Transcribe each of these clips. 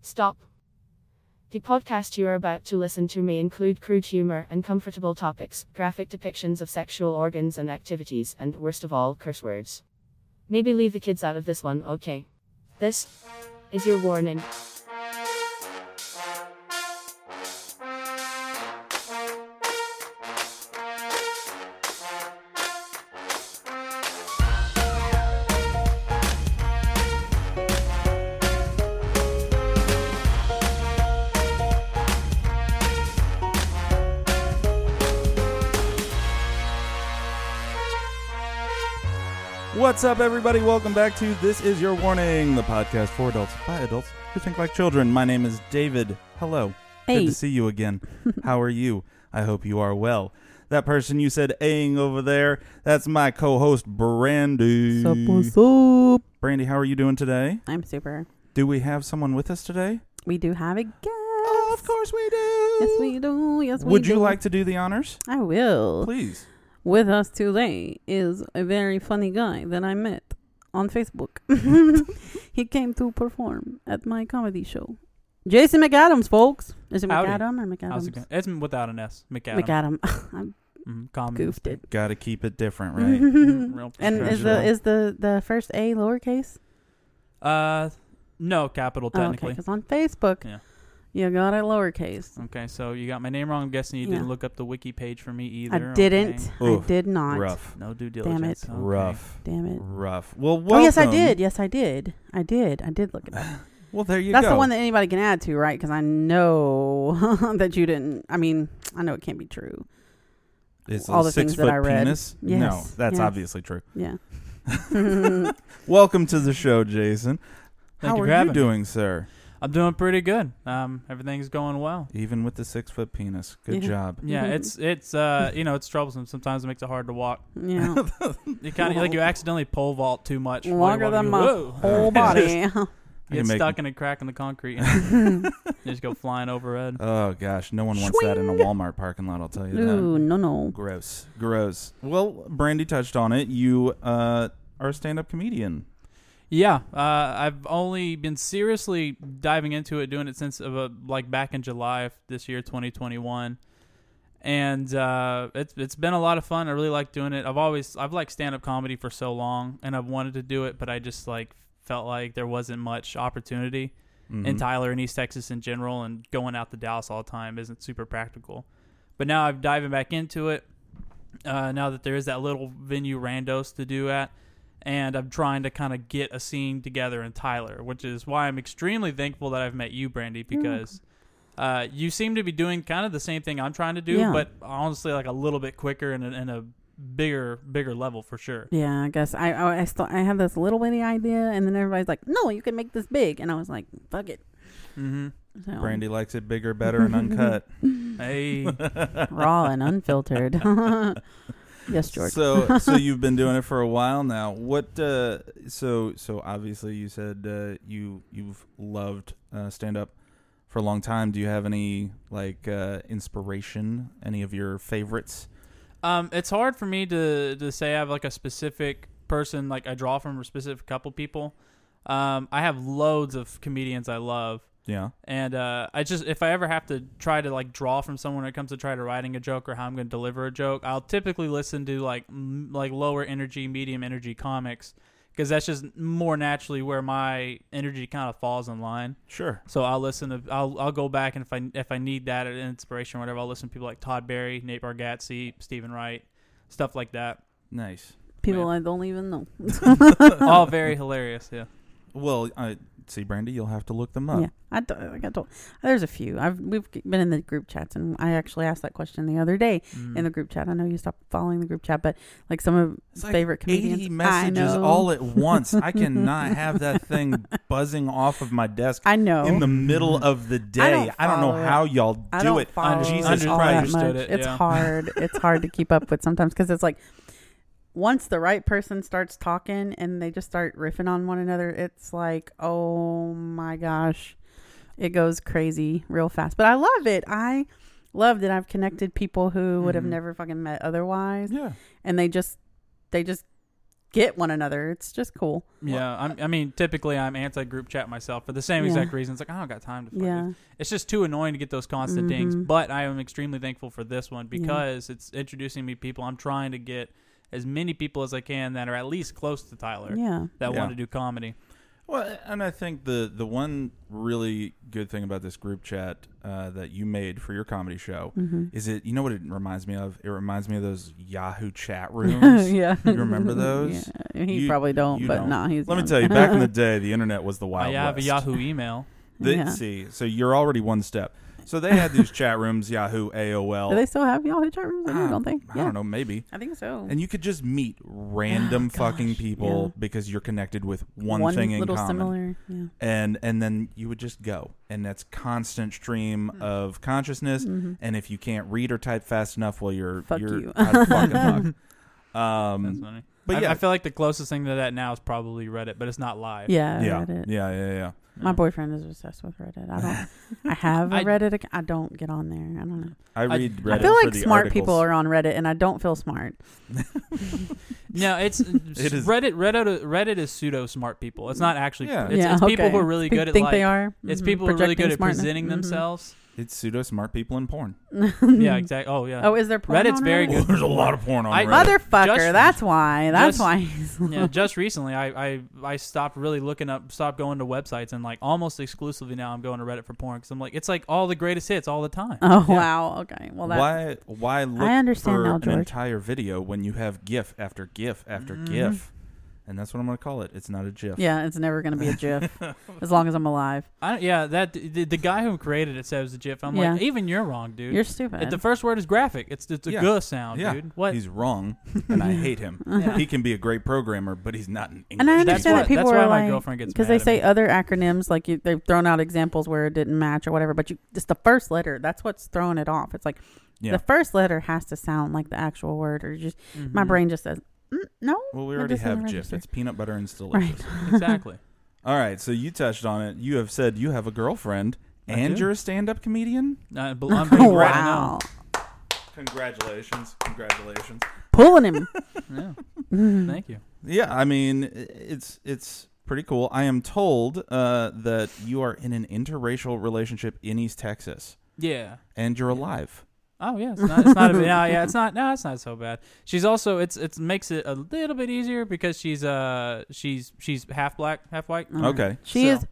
Stop. The podcast you are about to listen to may include crude humor, uncomfortable topics, graphic depictions of sexual organs and activities, and worst of all, curse words. Maybe leave the kids out of this one, okay? This is your warning. What's up, everybody? Welcome back to This Is Your Warning, the podcast for adults by adults who think like children. My name is David. Hello. Good Hey. to see you again. How are you? I hope you are well. That person you said "aing" over there, that's my co host, Brandy. Sup, what's up? Brandy, how are you doing today? I'm super. Do we have someone with us today? We do have a guest. of course we do. Yes, we do. Yes, we Would you do. like to do the honors? I will. Please. With us today is a very funny guy that I met on Facebook. he came to perform at my comedy show. Jason McAdams, folks. Is it Howdy. McAdam or How's McAdams? it going? It's m- without an S. McAdam. McAdam. I Mhm, common goofed it. mistake. Gotta keep it different, Mm-hmm. right? Mm, real and is the professional. is the the first A lowercase? Uh, no, capital Oh, okay, technically. because on Facebook, Yeah. you got it lowercase. okay. so you got my name wrong. I'm guessing you Yeah. didn't look up the wiki page for me either. I didn't. okay. Oof. I did not. Rough. No due it. diligence. okay. Rough. Damn it. Rough. Well, Oh yes, I welcome. did. Yes, I did. I did. I did look at that. Well, there you That's go. the one that anybody can add to, right? Because I know that you didn't. I mean, I know it can't be true. It's all a the six things that foot I read. penis. Yes, No, that's yes. obviously true. Yeah. Welcome to the show, Jason. Thank How you for are you having me. doing, sir? I'm doing pretty good. Um, everything's going well. Even with the six foot penis, good Yeah. job. Yeah, Mm-hmm. it's it's uh you know it's troublesome. Sometimes it makes it hard to walk. yeah. You kind of like you accidentally pole vault too much. while you're Longer walking, than you my go, "Whoa." whole I body. You can Get make- stuck in a crack in the concrete. And you just go flying overhead. Oh gosh, no one wants that in a Walmart parking lot. I'll tell you Ooh, that. no, no. Gross, gross. Well, Brandy touched on it. You uh, are a stand up comedian. Yeah, uh, I've only been seriously diving into it, doing it since of a, like back in July of this year, 2021, and uh, it's it's been a lot of fun. I really like doing it. I've always I've liked stand up comedy for so long, and I've wanted to do it, but I just like felt like there wasn't much opportunity Mm-hmm. in Tyler and East Texas in general, and going out to Dallas all the time isn't super practical. But now I'm diving back into it. Uh, now that there is that little venue randos to do at, and I'm trying to kind of get a scene together in Tyler, which is why I'm extremely thankful that I've met you, Brandy, because uh, you seem to be doing kind of the same thing I'm trying to do, Yeah. but honestly, like a little bit quicker and, a- and a bigger bigger level for sure. Yeah, I guess I I I, still, I had this little bitty idea, and then everybody's like, "No, you can make this big," and I was like, "Fuck it." hmm So, Brandy likes it bigger, better, and uncut. Hey, raw and unfiltered. yes, George. So, so you've been doing it for a while now. What? Uh, so, so obviously, you said uh, you you've loved uh, stand up for a long time. Do you have any like uh, inspiration? Any of your favorites? Um, it's hard for me to to say I have like a specific person like I draw from or specific couple people. Um, I have loads of comedians I love, Yeah. and uh, I just if I ever have to try to like draw from someone when it comes to try to writing a joke or how I'm going to deliver a joke, I'll typically listen to like m- like lower energy, medium energy comics because that's just more naturally where my energy kind of falls in line. Sure. So I'll listen to I'll I'll go back and if I if I need that or inspiration or whatever, I'll listen to people like Todd Barry, Nate Bargatze, Stephen Wright, stuff like that. Nice. People I don't even know. All very hilarious, yeah. Well, I see, Brandy. You'll have to look them up. Yeah, I, d- I got told. There's a few. I've we've g- been in the group chats, and I actually asked that question the other day in the group chat. I know you stopped following the group chat, but like some of Mm. It's like favorite comedians, Eighty I messages know. all at once. I cannot have that thing buzzing off of my desk. I know. in the middle of the day. I don't, don't know follow it. how y'all do I don't it. follow Jesus it all that Christ. Understood much. it, It's yeah. hard. It's hard to keep up with sometimes because it's like once the right person starts talking and they just start riffing on one another, it's like oh my gosh, it goes crazy real fast. But I love it. I love that I've Mm-hmm. connected people who would have Mhm. never fucking met otherwise. Yeah. and they just they just get one another. It's just cool. Mm. Yeah, I'm, I mean, typically I'm anti-group chat myself for the same Yeah. exact reasons. Like, I don't got time to. Fucking, Yeah. It's just too annoying to get those constant dings. Mhm. But I am extremely thankful for this one Yeah. because it's introducing me to people. I'm trying to get as many people as I can that are at least close to Tyler Yeah. that Yeah. want to do comedy. Well, and I think the the one really good thing about this group chat uh, that you made for your comedy show Mm-hmm. is it. You know what it reminds me of? It reminds me of those Yahoo chat rooms. yeah. You remember those? Yeah. He You- probably don't, you but don't. nah, he's Let me young. tell you, back in the day, the internet was the wild I have west. a Yahoo email. They- Yeah. See, so you're already one step. So they had these chat rooms, Yahoo, AOL. Do Oh. they still have Yahoo chat rooms? I Ah, don't think. I don't know, maybe. I think so. And you could just meet random fucking people Ah, yeah. because you're connected with one, thing in little common. similar. Yeah. and and then you would just go and that's constant stream Hmm. of consciousness and if you can't read or type fast enough well you're Mm-hmm. Fuck you're you. out of fucking luck That's um funny. but I, yeah. I feel like the closest thing to that now is probably Reddit, but it's not live. Yeah. yeah, yeah Reddit. yeah yeah My boyfriend is obsessed with Reddit. I don't. I have a I- Reddit. Account. I don't get on there. I don't know. i read I reddit I feel for like the smart articles. people are on Reddit, and I don't feel smart. No, it's It is- Reddit. Reddit. Reddit is pseudo smart people. It's not actually. Yeah. It's, yeah, it's people okay. who are really Pe- good at think like. they are. It's Mhm. people who are really Projecting good at smartness. presenting Mhm. themselves. it's pseudo smart people in porn yeah, exactly. Oh yeah. Oh, is there porn Reddit's on very Reddit? good. there's a lot of porn on I- reddit Motherfucker, Just- that's why. That's just- why. He's yeah, just recently I, I I stopped really looking up, stopped going to websites, and like almost exclusively now I'm going to Reddit for porn because I'm like it's like all the greatest hits all the time. Oh Yeah. wow. Okay. Well, that. why why look understand for now, an George. entire video when you have gif after gif after gif and that's what i'm gonna call it it's not a gif Yeah, it's never gonna be a GIF as long as I'm alive. I don't, yeah, that the, the guy who created it says the GIF. I'm Yeah. like even you're wrong, dude. You're If stupid. the first word is graphic. It's it's a Yeah. guh sound, yeah, dude. What? he's wrong, and I hate him. Yeah. He can be a great programmer, but he's not an English. and I teacher. That's understand why- that people that's are why my like, girlfriend gets they mad at say me. other acronyms, like you, they've thrown out examples where it didn't match or whatever. But you just the first letter. That's what's throwing it off. It's like Yeah. the first letter has to sound like the actual word, or you just "Oh, my Mhm. brain just says mm, no. Well, we That already doesn't have GIF. register. It's peanut butter and it's delicious. Right. exactly. All right, so you touched on it. You have said you have a girlfriend I and do. you're a stand-up comedian. I, bel- I'm being right wow. Congratulations! Congratulations! Pulling him. Mm-hmm. now. Yeah. Thank you. Yeah, I mean, it's it's pretty cool. I am told uh, that you are in an interracial relationship in East Texas, Yeah. and you're alive. Oh yeah, it's not. It's not. A, yeah, yeah, it's not. No, it's not so bad. She's also. It's. It makes it a little bit easier because she's. Uh, she's. She's half black, half white. All right. Okay. She So- is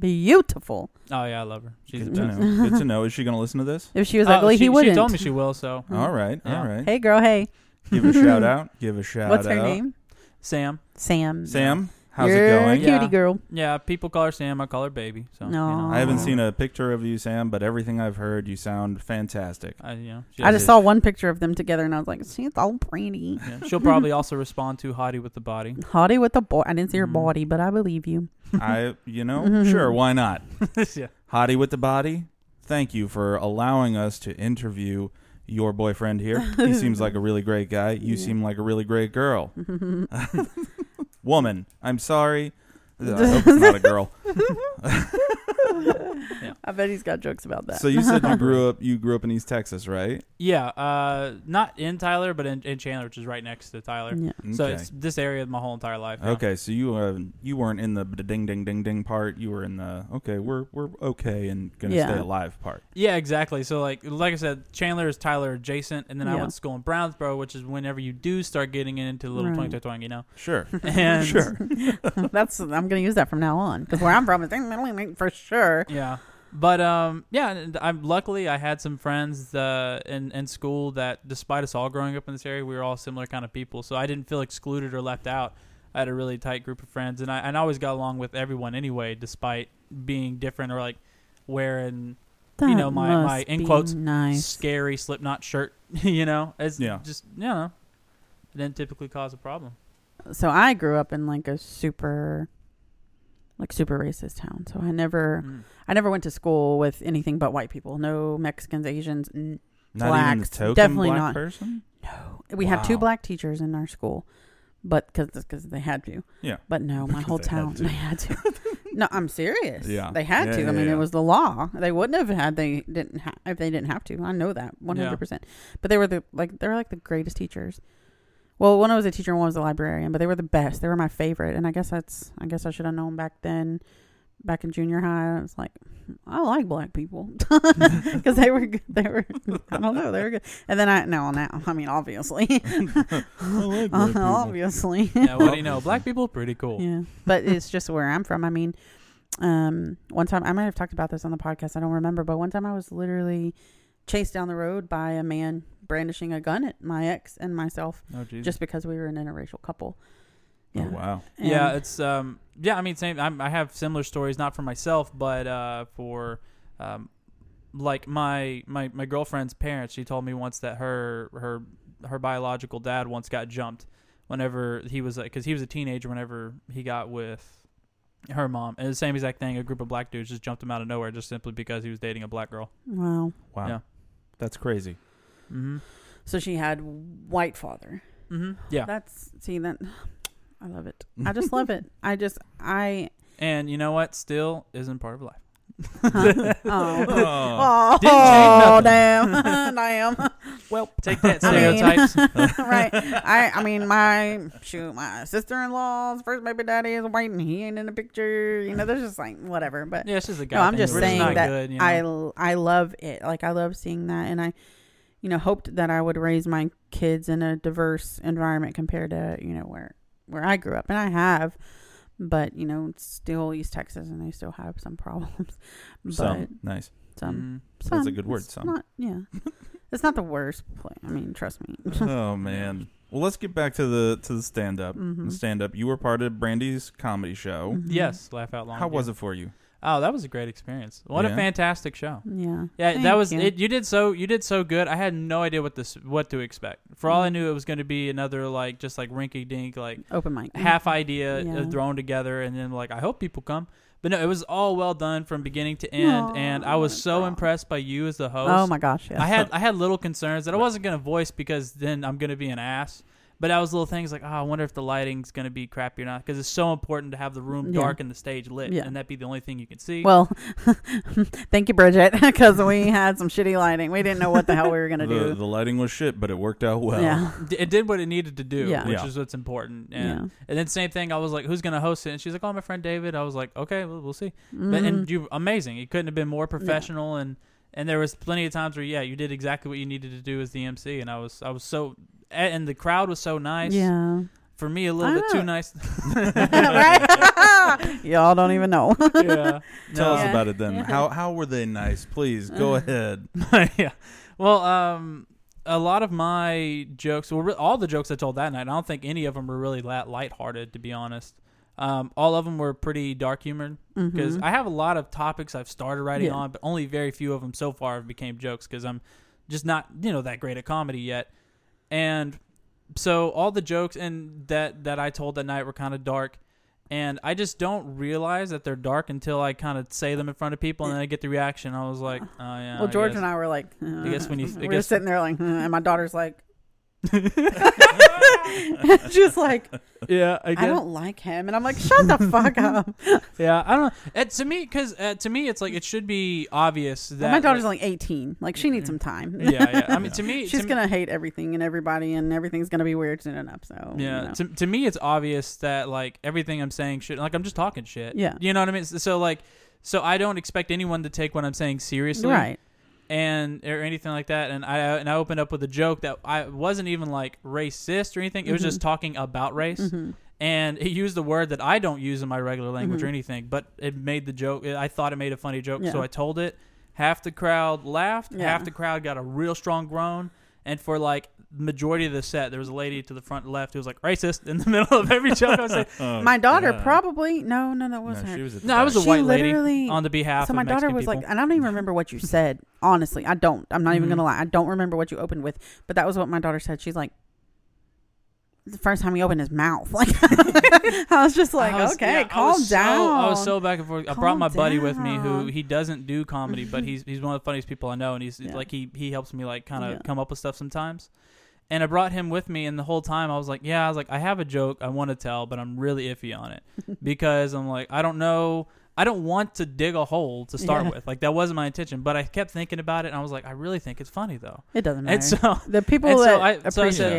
beautiful. Oh yeah, I love her. She's the Good best. to know. Good to know. Is she going to listen to this? If she was Oh, ugly, she, he wouldn't. She told me she will. So Mm-hmm. All right. Yeah. All right. Hey, girl. Hey, Give a shout out. Give a shout what's out. her name? Sam. Sam. Sam, how's You're it going? A cutie Yeah. girl. Yeah, people call her Sam. I call her baby. So you know. I haven't Aw. seen a picture of you, Sam, but everything I've heard, you sound fantastic. I, you know, Uh, she I has just saw one picture of them together, and I was like, she's all pretty. it. Yeah. She'll probably also respond to Hottie with the body. Hottie with a boy. I didn't see her Mhm. body, but I believe you. I, you know, Mm-hmm. Mhm. sure, why not? yeah. Hottie with the body, thank you for allowing us to interview your boyfriend here. He seems like a really great guy. You seem like a really great girl. Woman, I'm sorry. I hope it's not a girl. I bet he's got jokes about that. So you said you grew up you grew up in East Texas, right? Yeah. Uh, not in Tyler, but in, in Chandler, which is right next to Tyler. yeah. So Mm, Okay. it's this area my whole entire life. now. Okay, so you uh, you weren't in the ding ding ding ding part. You were in the okay, we're we're okay and gonna Yeah. stay alive part. Yeah, exactly. So like like I said, Chandler is Tyler adjacent, and then I Yeah. went to school in Brownsboro, which is whenever you do start getting into the little Right. twang twang twang, you know. Sure, And sure. That's I'm gonna use that from now on because where I'm from is mm, for sure. yeah. But um yeah, and I'm luckily I had some friends uh in, in school that despite us all growing up in this area, we were all similar kind of people. So I didn't feel excluded or left out. I had a really tight group of friends and I and I always got along with everyone anyway, despite being different or like wearing You know, my- my- must in be quotes, nice. scary slipknot shirt, you know? It's Yeah. just you know. It didn't typically cause a problem. So I grew up in like a super, like super racist town. So I never, Mm. I never went to school with anything but white people. No Mexicans, Asians. N- Not even the Blacks, token definitely black not. person. we had two Wow. black teachers in our school, but because they had to. Yeah. But no, my whole They had town to. they had to. no, I'm serious. Yeah. They had Yeah, to. yeah, I mean, yeah. it was the law. They wouldn't have had they didn't ha- if they didn't have to. I know that 100%. But they were the like they were like the greatest teachers. Well, one was a teacher and one was a librarian, but they were the best. They were my favorite, and I guess that's I guess I should have known back then, back in junior high. I was like, "Hmm, I like black people because they were good. they were I don't know they were good. And then I no now I mean obviously Uh-huh, like black people. obviously Yeah, what do you know? Black people pretty cool. yeah, but it's just where I'm from. I mean, um, one time I might have talked about this on the podcast. I don't remember, but one time I was literally chased down the road by a man brandishing a gun at my ex and myself Oh Jesus. just because we were an interracial couple. Oh, wow. And- yeah, it's um yeah, I mean same I'm, I have similar stories not for myself but uh for um like my my my girlfriend's parents, she told me once that her her her biological dad once got jumped whenever he was like cuz he was a teenager whenever he got with her mom. And the same exact thing, a group of black dudes just jumped him out of nowhere just simply because he was dating a black girl. Wow. Wow. Yeah. That's crazy. Mhm. So she had white father. Mhm. Yeah. That's see that I love it. I just love it. I just I And you know what? Still isn't part of life. huh? oh. Oh. Oh, Didn't change nothing. damn, damn, Well, take that I mean- stereotypes. right? I, I mean, my shoot, my sister-in-law's first baby daddy is white, and he ain't in the picture. You know, there's just like whatever. But yeah, it's just a guy. no, I'm thing. just We're saying not that good, you know? I l- I love it. Like I love seeing that, and I, you know, hoped that I would raise my kids in a diverse environment compared to you know where where I grew up, and I have. But you know, it's still East Texas, and they still have some problems. But Some. Nice. some, Mhm. some a good word, It's some. Not, yeah, it's not the worst. Play. I mean, trust me. oh man. Well, let's get back to the to the stand up. Mhm. The stand up. You were part of Brandy's comedy show. Mhm. Yes, laugh out loud. Mm-hmm. How was it for you? Oh, that was a great experience. What Yeah. a fantastic show. Yeah. Yeah, that Thank was you. it. You did so you did so good. I had no idea what this what to expect. For all I Mm-hmm. knew, it was going to be another like just like rinky dink like Open mic. half idea uh, Mm-hmm. Yeah. thrown together, and then like I hope people come. But no, it was all well done from beginning to end, Aw, and I was so wow. impressed by you as the host. Oh my gosh. Yes. I had I had little concerns that I wasn't gonna voice because then I'm gonna be an ass. But I was little things like, oh, I wonder if the lighting's gonna be crappy or not because it's so important to have the room Yeah. dark and the stage lit, Yeah. and that be the only thing you can see. Well, thank you, Bridget, because we had some shitty lighting. We didn't know what the hell we were gonna The, do. the lighting was shit, but it worked out well. yeah. D- it did what it needed to do, Yeah. which Yeah. is what's important. Yeah. And, and then same thing, I was like, who's gonna host it? And she's like, oh, my friend David. I was like, okay, we'll, we'll see. But and Mhm. you amazing. You couldn't have been more professional and. And there was plenty of times where, yeah, you did exactly what you needed to do as the MC, and I was, I was so, and the crowd was so nice. Yeah. For me, a I little bit too know. nice. right. Y'all don't even know. yeah. Tell us Yeah. about it then. Yeah. Uh. How how were they nice? Please go ahead. yeah. Well, um, a lot of my jokes, well, re- all the jokes I told that night, I don't think any of them were really that lighthearted, to be honest. Um, all of them were pretty dark humored because Mhm. I have a lot of topics I've started writing Yeah. on, but only very few of them so far have became jokes because I'm just not, you know, that great at comedy yet. And so all the jokes and that that I told that night were kind of dark, and I just don't realize that they're dark until I kind of say them in front of people and then I get the reaction. I was like, oh yeah. well, George guess. and I were like, I guess we need- I we were guess- sitting there like, "Huh," and my daughter's like, just like, Yeah, I, I guess. don't like him, and I'm like, shut the fuck up. Yeah, I don't. It, to me, because uh, to me, it's like it should be obvious that my daughter's like, only 18. Like, she needs some time. yeah, yeah. I mean, to me, She's to gonna hate everything and everybody, and everything's gonna be weird soon enough. So Me, yeah, you know. to, to me, it's obvious that like everything I'm saying should like I'm just talking shit. Yeah. you know what I mean. So, so, like, so I don't expect anyone to take what I'm saying seriously, right. And or anything like that. And I and I opened up with a joke that I wasn't even like racist or anything. It Mm-hmm. was just talking about race. And he used the word that I don't use in my regular language or anything, but it made the joke. I thought it made a funny joke, so Mm-hmm. Yeah. I told it. Half the crowd laughed. Yeah. Half the crowd got a real strong groan. And for like majority of the set, there was a lady to the front left who was like racist in the middle of every joke. I was like, my daughter Oh, God. probably no, no, that wasn't no, her. she was at the no, I was a She white lady literally- on the behalf. so my of daughter Mexican was people. like, and I don't even remember what you said. Honestly, I don't. I'm not even Mhm. gonna lie. I don't remember what you opened with, but that was what my daughter said. She's like, the first time he opened his mouth, like I was just like, I was- okay, yeah, I calm was so- down. I was so back and forth. I brought Calm my buddy with me who down. he doesn't do comedy, but he's he's one of the funniest people I know, and he's Yeah. like he he helps me like kind of Yeah. come up with stuff sometimes. And I brought him with me, and the whole time I was like, yeah, I was like, I have a joke I want to tell, but I'm really iffy on it because I'm like, I don't know. I don't want to dig a hole to start Yeah. with. Like that wasn't my intention, but I kept thinking about it, and I was like, I really think it's funny though. It doesn't matter. And so, the people and that so I so I said,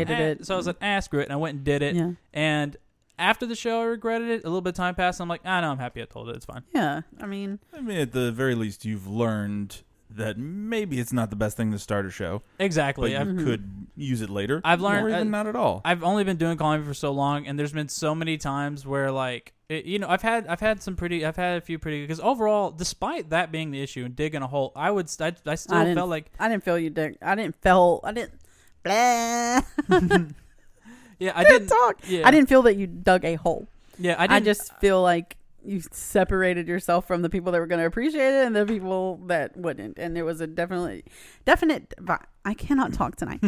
appreciated "Eh," it. So I was like, ah, screw it, and I went and did it. yeah, And after the show, I regretted it. A little bit of time passed. And I'm like, I know I'm happy I told it. It's fine. yeah. I mean, I mean, at the very least, you've learned that maybe it's not the best thing to start a show, but Exactly. you I've, Mm-hmm. Mhm. could use it later. I've learned- or even uh, not at all. I've only been doing comedy for so long, and there's been so many times where like it, you know I've had I've had some pretty I've had a few pretty because overall, despite that being the issue and digging a hole, I would st- I, I still I didn't- felt like I didn't feel you, Dick. I didn't feel. I didn't. Blah. yeah I didn't talk. yeah I didn't feel that you dug a hole. yeah I I, didn't just feel like you separated yourself from the people that were going to appreciate it and the people that wouldn't. And there was a definitely definite divide. I cannot talk tonight.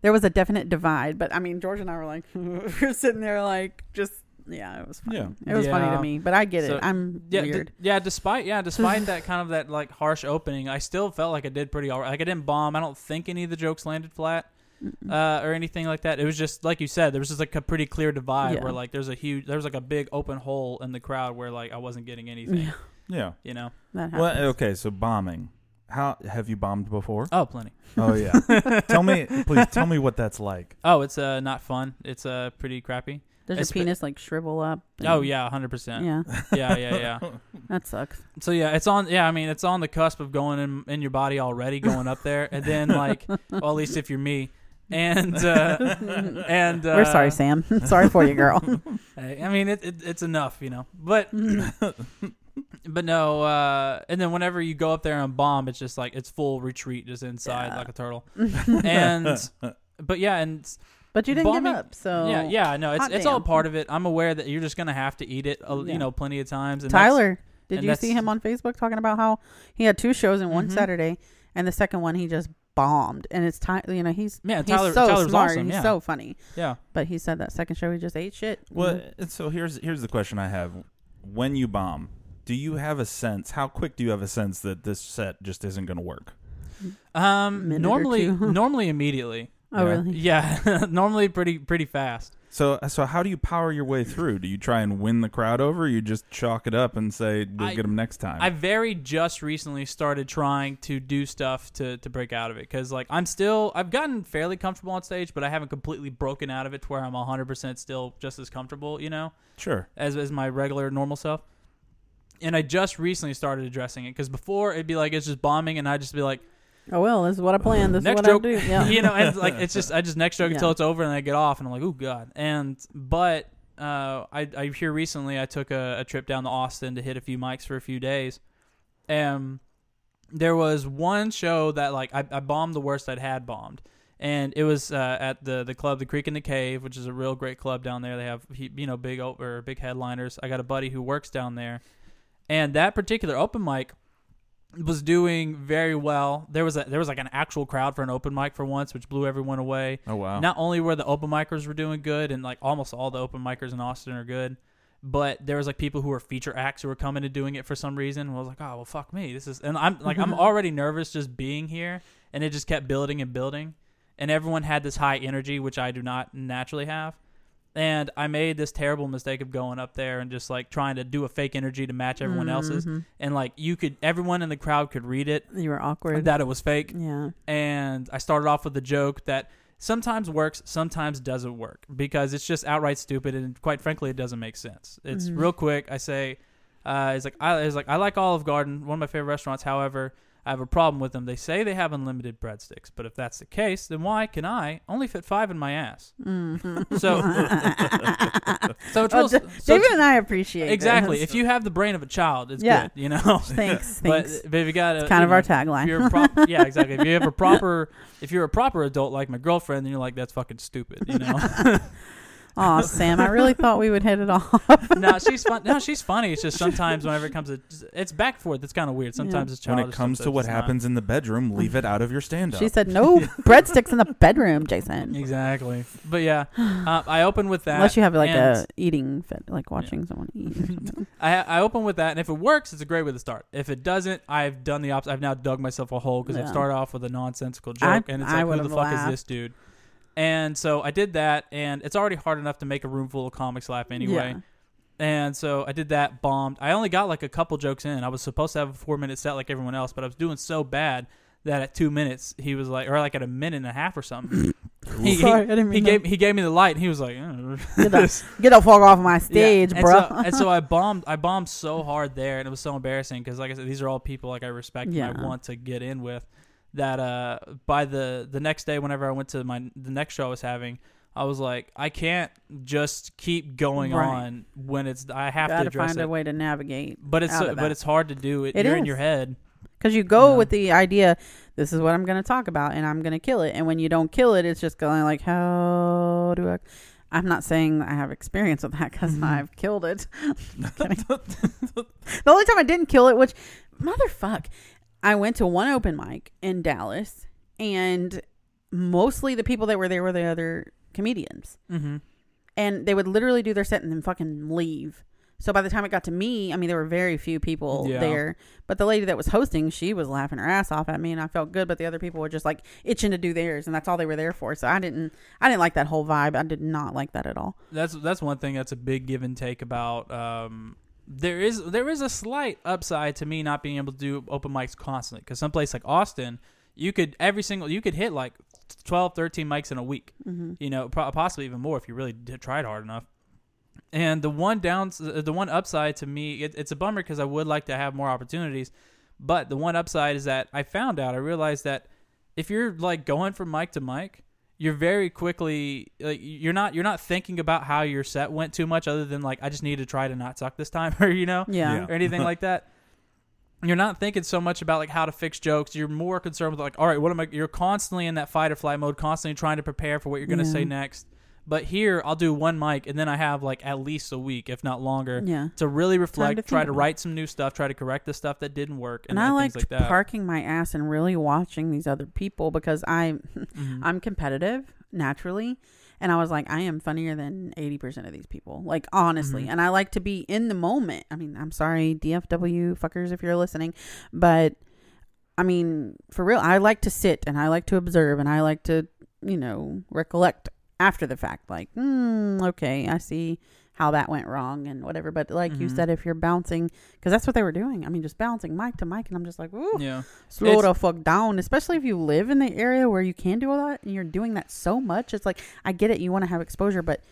there was a definite divide, but I mean, George and I were like, we're sitting there like just yeah, it was funny. Yeah. It was funny Yeah. to me, but I get So- it. I'm yeah d- weird. yeah despite yeah despite that kind of that like harsh opening, I still felt like I did pretty all right. Like I didn't bomb. I don't think any of the jokes landed flat. Mm-mm. uh, or anything like that. It was just like you said, there was just like a pretty clear divide Yeah. where like there's a huge, there was like a big open hole in the crowd where like I wasn't getting anything, Yeah, yeah. you know. that happened. uh, Well, okay. So bombing. How have you bombed before? Oh, plenty. Oh yeah. tell me, please. Tell me what that's like. Oh, it's uh not fun. It's uh pretty crappy. Does your it's- penis like shrivel up? Oh and- yeah, hundred percent. Yeah, Yeah, yeah, yeah. that sucks. So yeah, it's on. Yeah, I mean, it's on the cusp of going in in your body already, going up there, and then like, well, at least if you're me, and uh, and uh, We're sorry, Sam. sorry for you, girl. I I mean, it, it, it's enough, you know. But but no, uh, and then whenever you go up there and bomb, it's just like it's full retreat, just inside Yeah. like a turtle. and but yeah, and s- But you didn't Bombing- give up, so yeah, yeah, no, it's Oh, hot it's damn. all part of it. I'm aware that you're just gonna have to eat it, uh, Yeah. you know, plenty of times. And that's- Tyler, did and you see that's- him on Facebook talking about how he had two shows in one Mhm. Saturday, and the second one he just bombed? And it's Tyler, you know, he's yeah, he's Tyler, so Tyler's smart, awesome. he's Yeah, so funny. yeah. But he said that second show he just ate shit. Well, Mm-hmm. and so here's here's the question I have: When you bomb, do you have a sense? How quick do you have a sense that this set just isn't going to work? Um, Minute or normally, two. normally immediately. oh yeah. really? Yeah, normally pretty pretty fast. So so how do you power your way through? Do you try and win the crowd over? Or you just chalk it up and say we'll 'em I- get them next time. I very just recently started trying to do stuff to to break out of it because like I'm still I've gotten fairly comfortable on stage, but I haven't completely broken out of it to where I'm 100 percent still just as comfortable, you know, sure. as as my regular normal self. And I just recently started addressing it because before it'd be like it's just bombing, and I'd just be like, Oh well, this is what I planned. This Next is what joke. I do. Yeah. you know, and it's like it's just I just next joke Yeah. until it's over and I get off and I'm like, oh god. And but uh, I I here recently I took a, a trip down to Austin to hit a few mics for a few days, and there was one show that like I, I bombed the worst I'd had bombed. And it was uh, at the the club, the Creek in the Cave, which is a real great club down there. They have he- you know big o- or big headliners. I got a buddy who works down there, and that particular open mic was doing very well. There was a there was like an actual crowd for an open mic for once, which blew everyone away. Oh wow. Not only were the open micers were doing good, and like almost all the open micers in Austin are good, but there was like people who were feature acts who were coming and doing it for some reason. I was like, oh well, fuck me, this is, and I'm like I'm already nervous just being here, and it just kept building and building, and everyone had this high energy which I do not naturally have. And I made this terrible mistake of going up there and just like trying to do a fake energy to match everyone else's. Mhm. And like you could, everyone in the crowd could read it You were awkward. that it was fake. yeah. And I started off with a joke that sometimes works, sometimes doesn't work because it's just outright stupid and quite frankly, it doesn't make sense. It's Mhm. real quick. I say, uh, it's like I, it's like I like Olive Garden, one of my favorite restaurants. However, I have a problem with them. They say they have unlimited breadsticks, but if that's the case, then why can I only fit five in my ass? Mhm. So- So it's Oh, real. D- so David it's- and I appreciate it. exactly. If you have the brain of a child, it's Yeah. good, you know. thanks, But, thanks. but if you got It's kind of our tagline. if you're a prop- yeah, exactly. If you have a proper, if you're a proper adult like my girlfriend, then you're like, that's fucking stupid, you know. Aw, Sam, I really thought we would hit it off. no, she's fun. No, she's funny. It's just sometimes whenever it comes to, it's back and forth. It's kind of weird. Sometimes it's when childish. it comes to sometimes what it's not. happens in the bedroom, leave it out of your stand-up. she said, "No breadsticks in the bedroom, Jason." Exactly. But yeah, uh, I open with that. Unless you have like and- a eating, fit, like watching someone eat. Or something. I, I open with that, and if it works, it's a great way to start. If it doesn't, I've done the opposite. I've now dug myself a hole because Yeah. I've started off with a nonsensical joke, I- and it's I like, who the would've fuck is laughed. this dude? And so I did that, and it's already hard enough to make a room full of comics laugh anyway. And so I did that, bombed. I only got like a couple jokes in. I was supposed to have a four minute set like everyone else, but I was doing so bad that at two minutes he was like, or like at a minute and a half or something, he, he- Sorry, I didn't he mean gave he gave me the light and he was like, "Uh, Get the, get the fuck off my yeah. stage, and bro. So, and so I bombed. I bombed so hard there, and it was so embarrassing because, like I said, these are all people like I respect and I Yeah. want to get in with. That uh, by the the next day, whenever I went to my the next show I was having, I was like, I can't just keep going Right. on when it's. I have to Gotta address find it. a way to navigate. But it's out so, of but that. it's hard to do. It, It you're in is. your head. Because you go Yeah. with the idea, this is what I'm going to talk about, and I'm going to kill it. And when you don't kill it, it's just going like, how do I? I'm not saying I have experience with that because Mhm. I've killed it. Just kidding. the only time I didn't kill it, which motherfuck, I went to one open mic in Dallas, and mostly the people that were there were the other comedians, Mm-hmm. and they would literally do their set and then fucking leave. So by the time it got to me, I mean there were very few people Yeah. there. But the lady that was hosting, she was laughing her ass off at me, and I felt good. But the other people were just like itching to do theirs, and that's all they were there for. So I didn't, I didn't like that whole vibe. I did not like that at all. That's that's one thing that's a big give and take about. Um, there is there is a slight upside to me not being able to do open mics constantly because someplace like Austin, you could every single you could hit like 12, 13 mics in a week. Mm-hmm. You know, pro- possibly even more if you really did, tried hard enough. And the one downs, uh, the one upside to me, it, it's a bummer because I would like to have more opportunities. But the one upside is that I found out, I realized that if you're like going from mic to mic, you're very quickly like you're not you're not thinking about how your set went too much, other than like I just need to try to not suck this time, or you know, Yeah. Yeah. or anything like that. You're not thinking so much about like how to fix jokes. You're more concerned with like, all right, what am I? You're constantly in that fight or flight mode, constantly trying to prepare for what you're going to Yeah. say next. But here, I'll do one mic, and then I have like at least a week, if not longer, yeah. to really reflect, to try think to about it. write some new stuff, try to correct the stuff that didn't work, and, and I and things liked like that. parking my ass and really watching these other people because I Mhm. I'm competitive naturally and I was like I am funnier than 80% of these people like honestly Mhm. and I like to be in the moment. I mean, I'm sorry DFW fuckers if you're listening, but I mean, for real, I like to sit and I like to observe and I like to, you know, recollect after the fact like, mm, okay, I see how that went wrong and whatever, but like you Mhm. said if you're bouncing cuz that's what they were doing. I mean, just bouncing mic to mic and I'm just like, "Ooh, Yeah, slow It's- the fuck down, especially if you live in the area where you can do all that and you're doing that so much. It's like I get it, you want to have exposure, but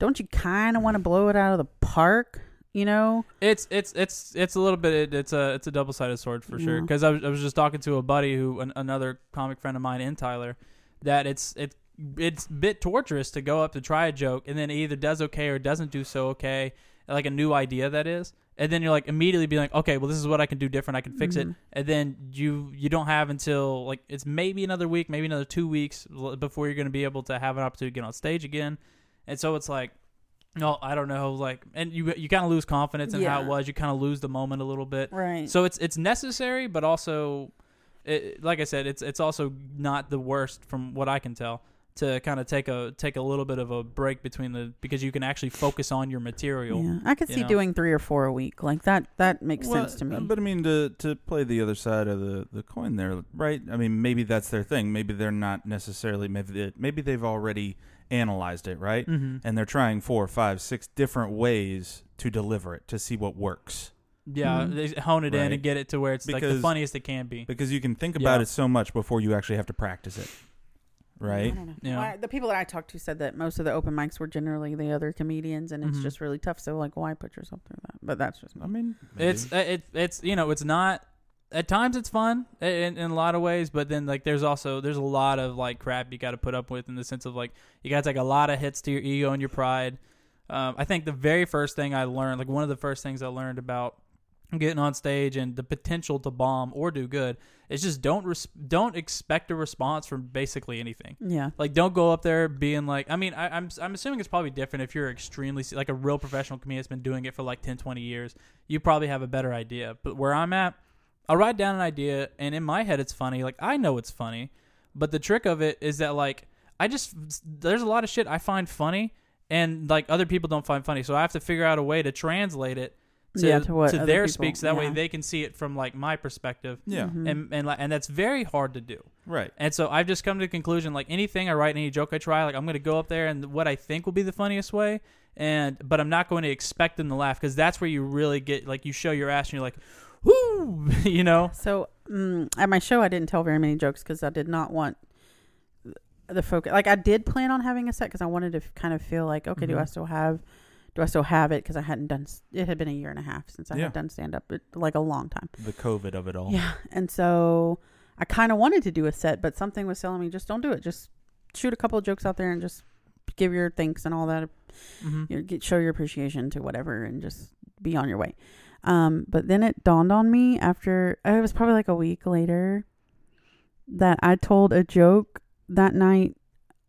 don't you kind of want to blow it out of the park? You know, it's it's it's it's a little bit it, it's a it's a double sided sword for sure. Yeah. 'Cause sure. Because I was, I was just talking to a buddy who an, another comic friend of mine in Tyler that it's it it's a bit torturous to go up to try a joke and then it either does okay or doesn't do so okay, like a new idea that is. And then you're like immediately being like, okay, well this is what I can do different. I can fix it. Mhm. And then you you don't have until like it's maybe another week, maybe another two weeks l- before you're going to be able to have an opportunity to get on stage again. And so it's like, no, I don't know, like, and you you kind of lose confidence in how it Yeah. was. You kind of lose the moment a little bit. right? So it's it's necessary, but also, it, like I said, it's it's also not the worst from what I can tell to kind of take a take a little bit of a break between the because you can actually focus on your material. yeah, I could you see know. doing three or four a week like that. That makes Well, sense to me. But I mean, to to play the other side of the, the coin there, right? I mean, maybe that's their thing. Maybe they're not necessarily maybe they, maybe they've already analyzed it, Mm. right? hmm And they're trying four, five, six different ways to deliver it to see what works. Yeah, Mhm. they hone it in Right. and get it to where it's like the Because- funniest it can be. Because you can think about Yeah. it so much before you actually have to practice it, right? I don't know. Yeah. Why- the people that I talked to said that most of the open mics were generally the other comedians, and it's Mhm. just really tough. So, like, why put yourself through that? But that's just I mean, maybe. It's uh, it, it's you know it's not at times it's fun i- in, in a lot of ways but then like there's also there's a lot of like crap you got to put up with in the sense of like you got to take a lot of hits to your ego and your pride um, i think the very first thing i learned like one of the first things i learned about getting on stage and the potential to bomb or do good is just don't res- don't expect a response from basically anything yeah. like, don't go up there being like, I mean, I, I'm, I'm assuming it's probably different if you're extremely, se- like a real professional comedian that's been doing it for like 10, 20 years. You probably have a better idea. But where I'm at, I'll write down an idea and in my head it's funny. Like, I know it's funny. But the trick of it is that, like, I just, there's a lot of shit I find funny and like other people don't find funny. So I have to figure out a way to translate it to, Yeah, to what to other their people- speaks. That way yeah. they can see it from like my perspective. yeah, Mhm. And, and, like, and that's very hard to do. right. And so I've just come to the conclusion like anything I write, any joke I try, like I'm going to go up there and what I think will be the funniest way. and but I'm not going to expect them to laugh because that's where you really get like you show your ass and you're like, whoo, you know. So mm, at my show, I didn't tell very many jokes because I did not want the focus. Like I did plan on having a set because I wanted to f- kind of feel like, okay, do I Mhm. still have, do I still have it? Because I hadn't done. s- It had been a year and a half since I Yeah. had done stand up, like a long time. The COVID of it all. Yeah, and so I kind of wanted to do a set, but something was telling me just don't do it. Just shoot a couple of jokes out there and just give your thanks and all that Mm-hmm. you know, get, show your appreciation to whatever and just be on your way. Um, but then it dawned on me after uh, it was probably like a week later that I told a joke that night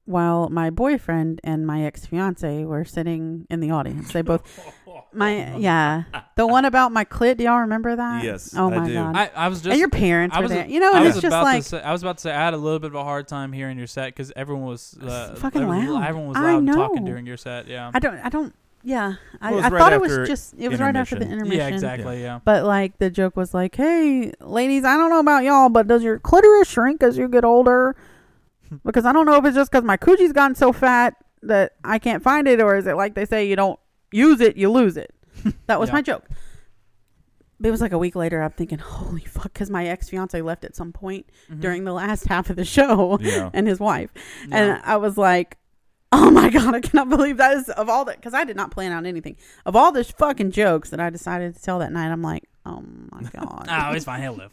while my boyfriend and my ex fiance were sitting in the audience. They both my yeah the one about my clit. Do y'all remember that? Yes, Oh I my do. god. I, I was just and your parents I were was a- there, you know, I and was it's just about like to say, I was about to say I had a little bit of a hard time hearing your set because everyone was uh, It's fucking everyone, loud. Everyone was I loud and talking know. during your set. Yeah. I don't, I don't, yeah, Well, I, it was I right thought it after was just it was right after the intermission. yeah. Exactly. Yeah. But like the joke was like, "Hey, ladies, I don't know about y'all, but does your clitoris shrink as you get older? Because I don't know if it's just because my coochie's gotten so fat that I can't find it, or is it like they say you don't use it, you lose it?" That was Yeah. my joke. It was like a week later. I'm thinking, "Holy fuck!" Because my ex fiance left at some point Mhm. during the last half of the show, Yeah. and his wife. Yeah. And I was like, oh my God, I cannot believe that is of all that. Because I did not plan out anything. Of all the fucking jokes that I decided to tell that night, I'm like, oh my God. oh, it's fine. He'll live.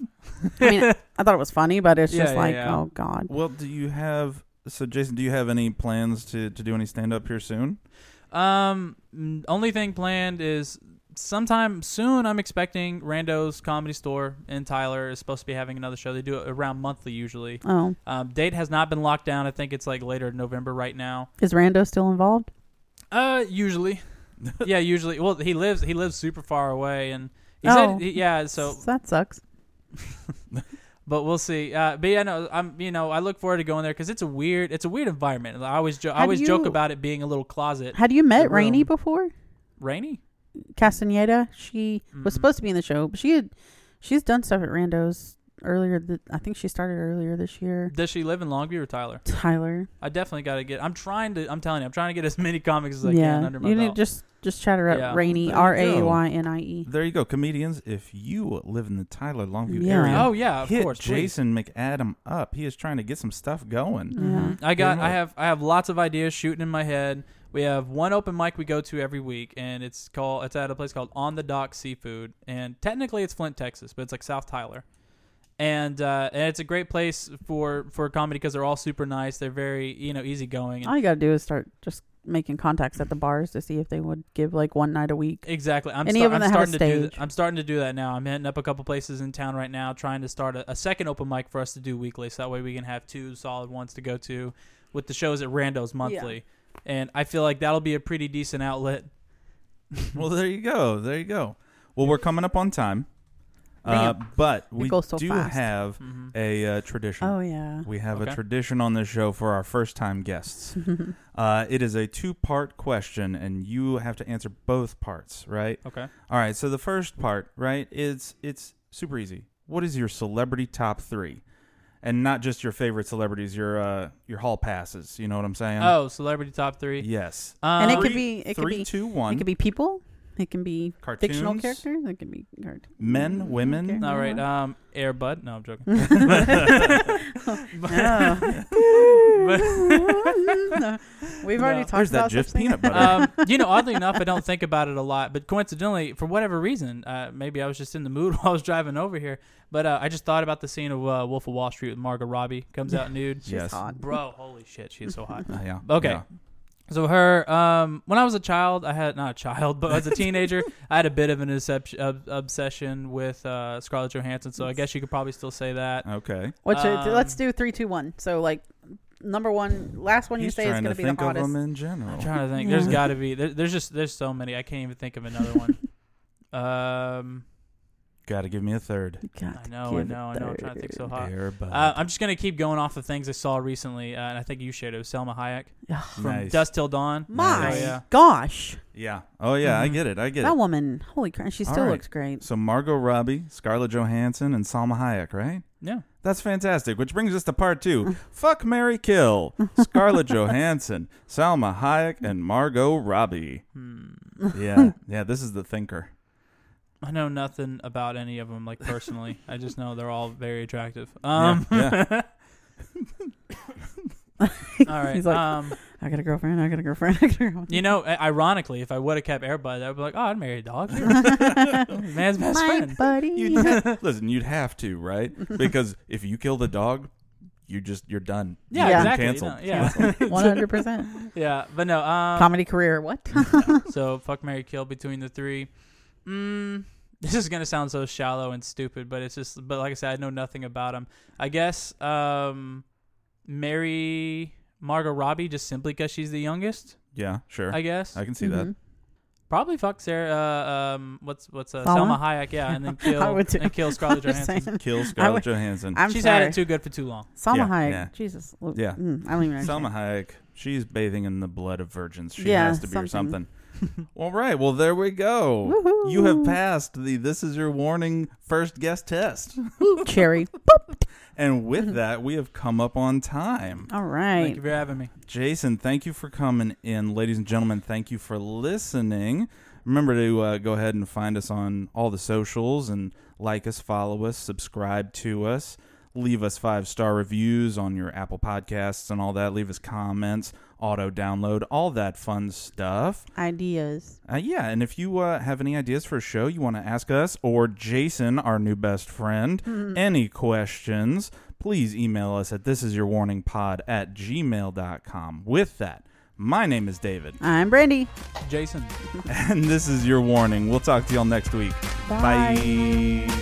I mean, I thought it was funny, but it's Yeah, just yeah, like, yeah. oh God. Well, do you have so Jason? Do you have any plans to to do any stand up here soon? Um, mm, only thing planned is sometime soon. I'm expecting Rando's Comedy Store in Tyler is supposed to be having another show. They do it around monthly usually. Oh, Um, date has not been locked down. I think it's like later November right now. is Rando still involved? Uh, usually. yeah, usually. Well, he lives he lives super far away, and he Oh. said he- yeah. So, that sucks. but we'll see. Uh, but yeah, no, I'm you know I look forward to going there because it's a weird it's a weird environment. I always jo- I Have always joke you- about it being a little closet. Had you met room. Rainey before? Rainy. Castaneda. She Mm. was supposed to be in the show, but she had, she's done stuff at Rando's earlier. Th- I think she started earlier this year. Does she live in Longview or Tyler? Tyler. I definitely got to get. I'm trying to. I'm telling you, I'm trying to get as many comics as I can under my you belt. need just just chat her up. Yeah. Rainy There you R A go. Y N I E. There you go, comedians. If you live in the Tyler Longview Yeah. area, oh yeah, of hit course. please. Jason McAdam up. He is trying to get some stuff going. Mm. Mhm. I Hit got. 'em I up. have. I have lots of ideas shooting in my head. We have one open mic we go to every week, and it's called. It's at a place called On the Dock Seafood, and technically it's Flint, Texas, but it's like South Tyler, and uh, and it's a great place for for comedy because they're all super nice. They're very you know easygoing. And All you gotta do is start just making contacts at the bars to see if they would give like one night a week. Exactly. I'm, Any sta- of them I'm that have a starting to do. stage. That. I'm starting to do that now. I'm hitting up a couple places in town right now, trying to start a, a second open mic for us to do weekly, so that way we can have two solid ones to go to, with the shows at Rando's monthly. And I feel like that'll be a pretty decent outlet. Well, there you go. There you go. Well, we're coming up on time, uh, but we goes so do fast. have Mhm. a uh, tradition. Oh yeah. We have Okay. a tradition on this show for our first time guests. uh, it is a two part question, and you have to answer both parts, right? Okay. All right. So the first part, right? It's it's super easy. What is your celebrity top three, and not just your favorite celebrities, your uh, your hall passes. You know what I'm saying? Oh, celebrity top three. yes. Um, and it Uh, Three- could be it could Three, be two, one. it could be people. It can be cartoons, fictional characters. It can be cart- Men, Mm, women. okay. All right. Um, Air Bud. No, I'm joking. Oh. No. We've already No. talked There's that about Jif such things. peanut butter. Uh, um, you know, oddly enough, I don't think about it a lot, but coincidentally, for whatever reason, uh, maybe I was just in the mood while I was driving over here, but uh, I just thought about the scene of uh, Wolf of Wall Street with Margot Robbie comes out nude. She's Yes. hot. Bro, holy shit, she's so hot. Uh, yeah. Okay. yeah. So her, um, when I was a child, I had not a child, but as a teenager, I had a bit of an obsep- ob- obsession with uh, Scarlett Johansson. So I guess you could probably still say that. Okay. Which uh, Um, let's do three, two, one. So like number one, last one you He's say is trying to going to be the think of hottest. them in I'm general. trying to think. There's Yeah. got to be. There, there's just there's so many. I can't even think of another one. um, Got to give me a third. You got I to know, I give it know, I know. I'm trying to think so third. hot. Air Bud. Uh, I'm just gonna keep going off the things I saw recently, uh, and I think you shared it was Selma Hayek from nice. Dust Till Dawn. My Oh, yeah. gosh, Yeah. Oh yeah. I Mhm. get it. I get that it. woman! Holy crap, she All still right. looks great. So Margot Robbie, Scarlett Johansson, and Salma Hayek, right? Yeah. That's fantastic. Which brings us to part two. Fuck Mary Kill. Scarlett Johansson, Salma Hayek, and Margot Robbie. Yeah. Yeah, this is the thinker. Hmm. I know nothing about any of them, like personally. I just know they're all very attractive. Um, Yeah, all right. He's like- um, I got a girlfriend. I got a girlfriend. I got a girlfriend. you know, i- ironically, if I would have kept Airbud, I'd be like, oh, I'd marry a dog. Man's best My friend. buddy. You'd, listen, you'd have to, right? Because if you kill the dog, you just you're done. Yeah, Yeah. exactly. Canceled. No, yeah. One hundred percent yeah. But no. Um, comedy career. What? so fuck Mary Kill between the three. Mm, this is gonna sound so shallow and stupid, but it's just. But like I said, I know nothing about them. I guess um, Mary Margot Robbie just simply because she's the youngest. Yeah, sure. I I, guess can see that. Mhm. probably fuck Sarah. Uh, um, what's what's uh, Salma? Selma Hayek? Yeah, and then I kill would too. and kill Scarlett I'm just Johansson. saying. Kill I would- Scarlett Johansson. I'm She's sorry. had it too good for too long. Salma Yeah, Hayek. yeah. Jesus. Yeah. Mm, I don't even know. Selma Hayek, she's bathing in the blood of virgins. She Yeah, has to be or something. something. All right. Well, there we go. Woohoo. You have passed the This Is Your Warning first guest test. Cherry. And with that, we have come up on time. All Thank right. you for having me. Jason, thank you for coming in. Ladies and gentlemen, thank you for listening. Remember to uh, go ahead and find us on all the socials and like us, follow us, subscribe to us, leave us five star reviews on your Apple Podcasts and all that. Leave us comments, auto download, all that fun stuff. Ideas. Uh, yeah, and if you uh, have any ideas for a show you want to ask us or Jason, our new best friend, any questions, please email us at thisisyourwarningpod at gmail.com. With that, my name is David, I'm Brandy. Jason. and this is your warning. We'll talk to y'all next week. Bye. Bye.